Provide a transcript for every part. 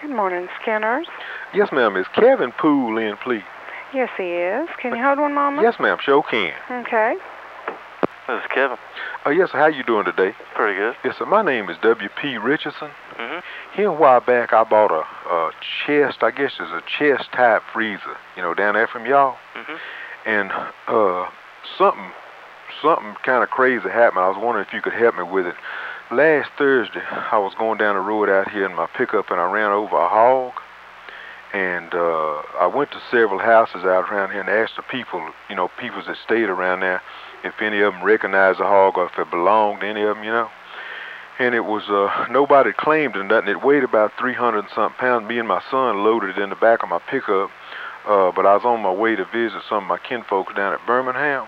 Good morning, Skinners. Yes, ma'am. Is Kevin Poole in, please? Yes, he is. Can you hold one, Mama? Yes, ma'am. Sure can. Okay. This is Kevin. Uh, yes, sir. How you doing today? Pretty good. Yes, sir. My name is W.P. Richardson. Mhm. Here a while back, I bought a, a chest, I guess it's a chest type freezer, you know, down there from y'all. Mhm. And uh, something, something kind of crazy happened. I was wondering if you could help me with it. Last Thursday, I was going down the road out here in my pickup, and I ran over a hog. And uh, I went to several houses out around here and asked the people, you know, people that stayed around there, if any of them recognized the hog or if it belonged to any of them, you know. And it was uh, nobody claimed it or nothing. It weighed about 300 and something pounds. Me and my son loaded it in the back of my pickup. Uh, but I was on my way to visit some of my kinfolks down at Birmingham,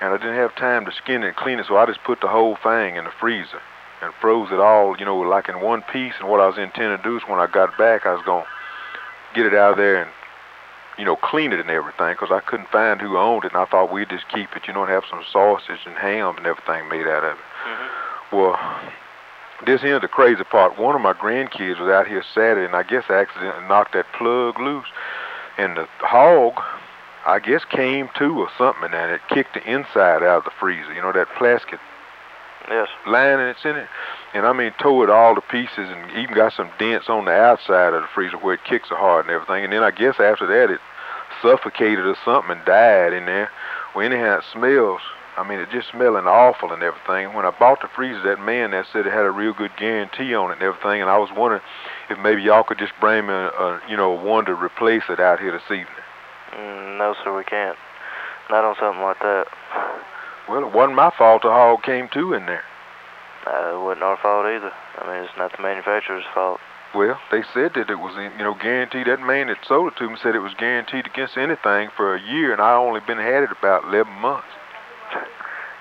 and I didn't have time to skin it and clean it, so I just put the whole thing in the freezer and froze it all, you know, like in one piece. And what I was intending to do is when I got back, I was going to get it out of there and, you know, clean it and everything, because I couldn't find who owned it, and I thought we'd just keep it, you know, and have some sausage and ham and everything made out of it. Mhm. Well, this here's the crazy part. One of my grandkids was out here Saturday, and I guess accidentally knocked that plug loose, and the hog, I guess, came to or something, and it kicked the inside out of the freezer. You know that plastic Yes. lining that's in it, and I mean tore it all to pieces, and even got some dents on the outside of the freezer where it kicks so hard and everything. And then I guess after that, it suffocated or something and died in there. Well, anyhow, it smells. I mean, it just smelling awful and everything. When I bought the freezer, that man that said it had a real good guarantee on it and everything, and I was wondering if maybe y'all could just bring me, a, a you know, one to replace it out here this evening. Mm, no, sir, we can't. Not on something like that. Well, it wasn't my fault the hog came to in there. Uh, it wasn't our fault either. I mean, it's not the manufacturer's fault. Well, they said that it was, you know, guaranteed. That man that sold it to me said it was guaranteed against anything for a year, and I only been had it about 11 months.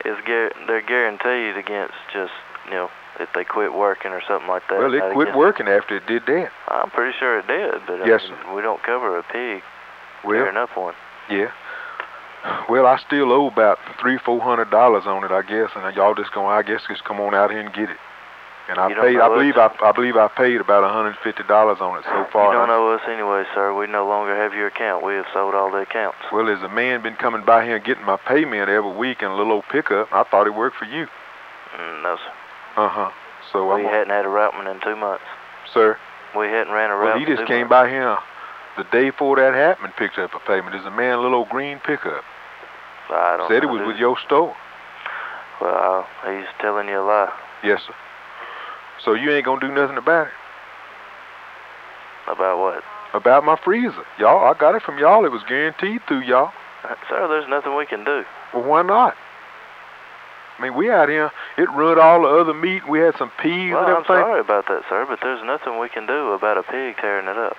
It's guar they're guaranteed against just you know if they quit working or something like that. Well, not it quit against- working after it did that. I'm pretty sure it did, but I Yes, mean, we don't cover a pig Well, tearing up one. yeah. Well, I still owe about three, four hundred dollars on it, I guess, and y'all just gonna, I guess, just come on out here and get it. And I You don't paid, know I what believe, I, to- I believe I paid about a hundred and fifty dollars on it so far. you don't and I- know us anyway, sir. We no longer have your account. We have sold all the accounts. Well, there's a man been coming by here and getting my payment every week in a little old pickup. I thought it worked for you. Mm, no, sir. Uh huh. So I'm, we gonna- hadn't had a routeman in two months. sir. We hadn't ran a Well, route. he in just two came months. by here the day before that happened, picked up a payment. There's a man, little old green pickup. I don't Said it know, was dude. with your store. Well, he's telling you a lie. Yes, sir. So you ain't gonna do nothing about it. About what? About my freezer, y'all. I got it from y'all. It was guaranteed through y'all. Sir, there's nothing we can do. Well, why not? I mean, we out here. It ruined all the other meat. We had some peas well, and I'm everything. sorry about that, sir, but there's nothing we can do about a pig tearing it up.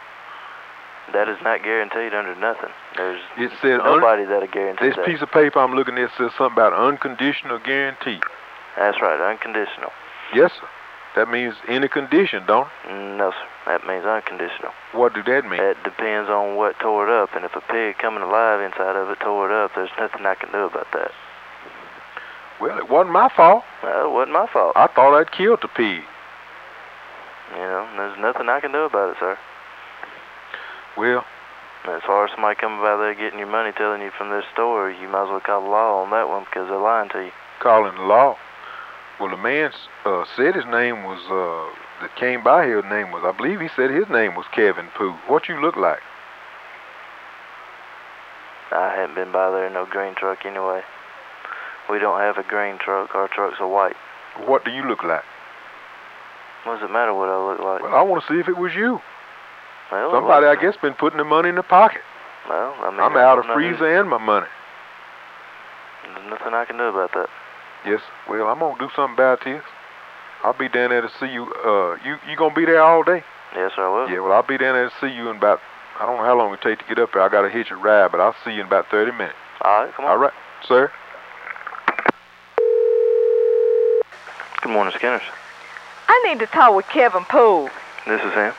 That is not guaranteed under nothing. There's It said un- nobody that'll guarantee this that. piece of paper I'm looking at says something about unconditional guarantee. That's right, unconditional. Yes, sir. That means any condition, don't it? No, sir, that means unconditional. What do that mean? That depends on what tore it up, and if a pig coming alive inside of it tore it up, there's nothing I can do about that. Well, it wasn't my fault. Well, it wasn't my fault. I thought I'd killed the pig. You know, there's nothing I can do about it, sir. Well, As far as somebody coming by there getting your money, telling you from their store, you might as well call the law on that one because they're lying to you. calling the law. Well, the man uh, said his name was uh, that came by here. His name was, I believe, he said his name was Kevin Pooh. What you look like? I haven't been by there in no green truck anyway. We don't have a green truck. Our trucks are white. What do you look like? What does it matter what I look like? Well, I want to see if it was you. Well, Somebody, I look- guess, been putting the money in the pocket. Well, I mean, I'm out of nothing- freezer and my money. There's nothing I can do about that. Yes. Well, I'm gonna do something about this. I'll be down there to see you. Uh, you you gonna be there all day? Yes, sir, I will. Yeah. Well, I'll be down there to see you in about. I don't know how long it take to get up here. I gotta hitch a ride, but I'll see you in about 30 minutes. All right, come on. All right, sir. Good morning, Skinners. I need to talk with Kevin Poole. This is him.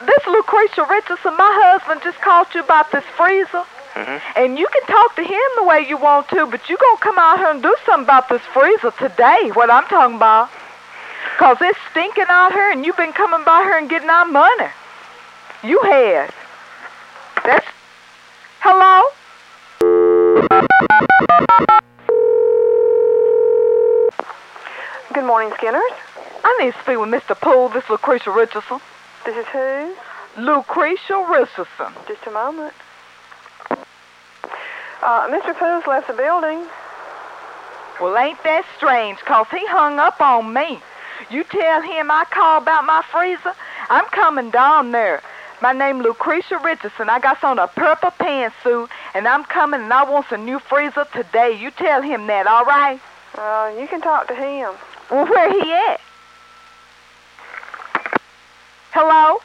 This Lucretia Richardson, my husband, just called you about this freezer. Mhm. And you can talk to him the way you want to, but you going to come out here and do something about this freezer today, what I'm talking about. Because it's stinking out here, and you've been coming by here and getting our money. You had. That's. Hello? Good morning, Skinners. I need to speak with Mr. Poole. This is Lucretia Richardson. This is who? Lucretia Richardson. Just a moment. Uh, Mr. Poole's left the building. Well, ain't that strange, 'cause he hung up on me. You tell him I called about my freezer, I'm coming down there. My name Lucretia Richardson. I got on a purple pantsuit, and I'm coming, and I want a new freezer today. You tell him that, all right? Uh, you can talk to him. Well, where he at? Hello?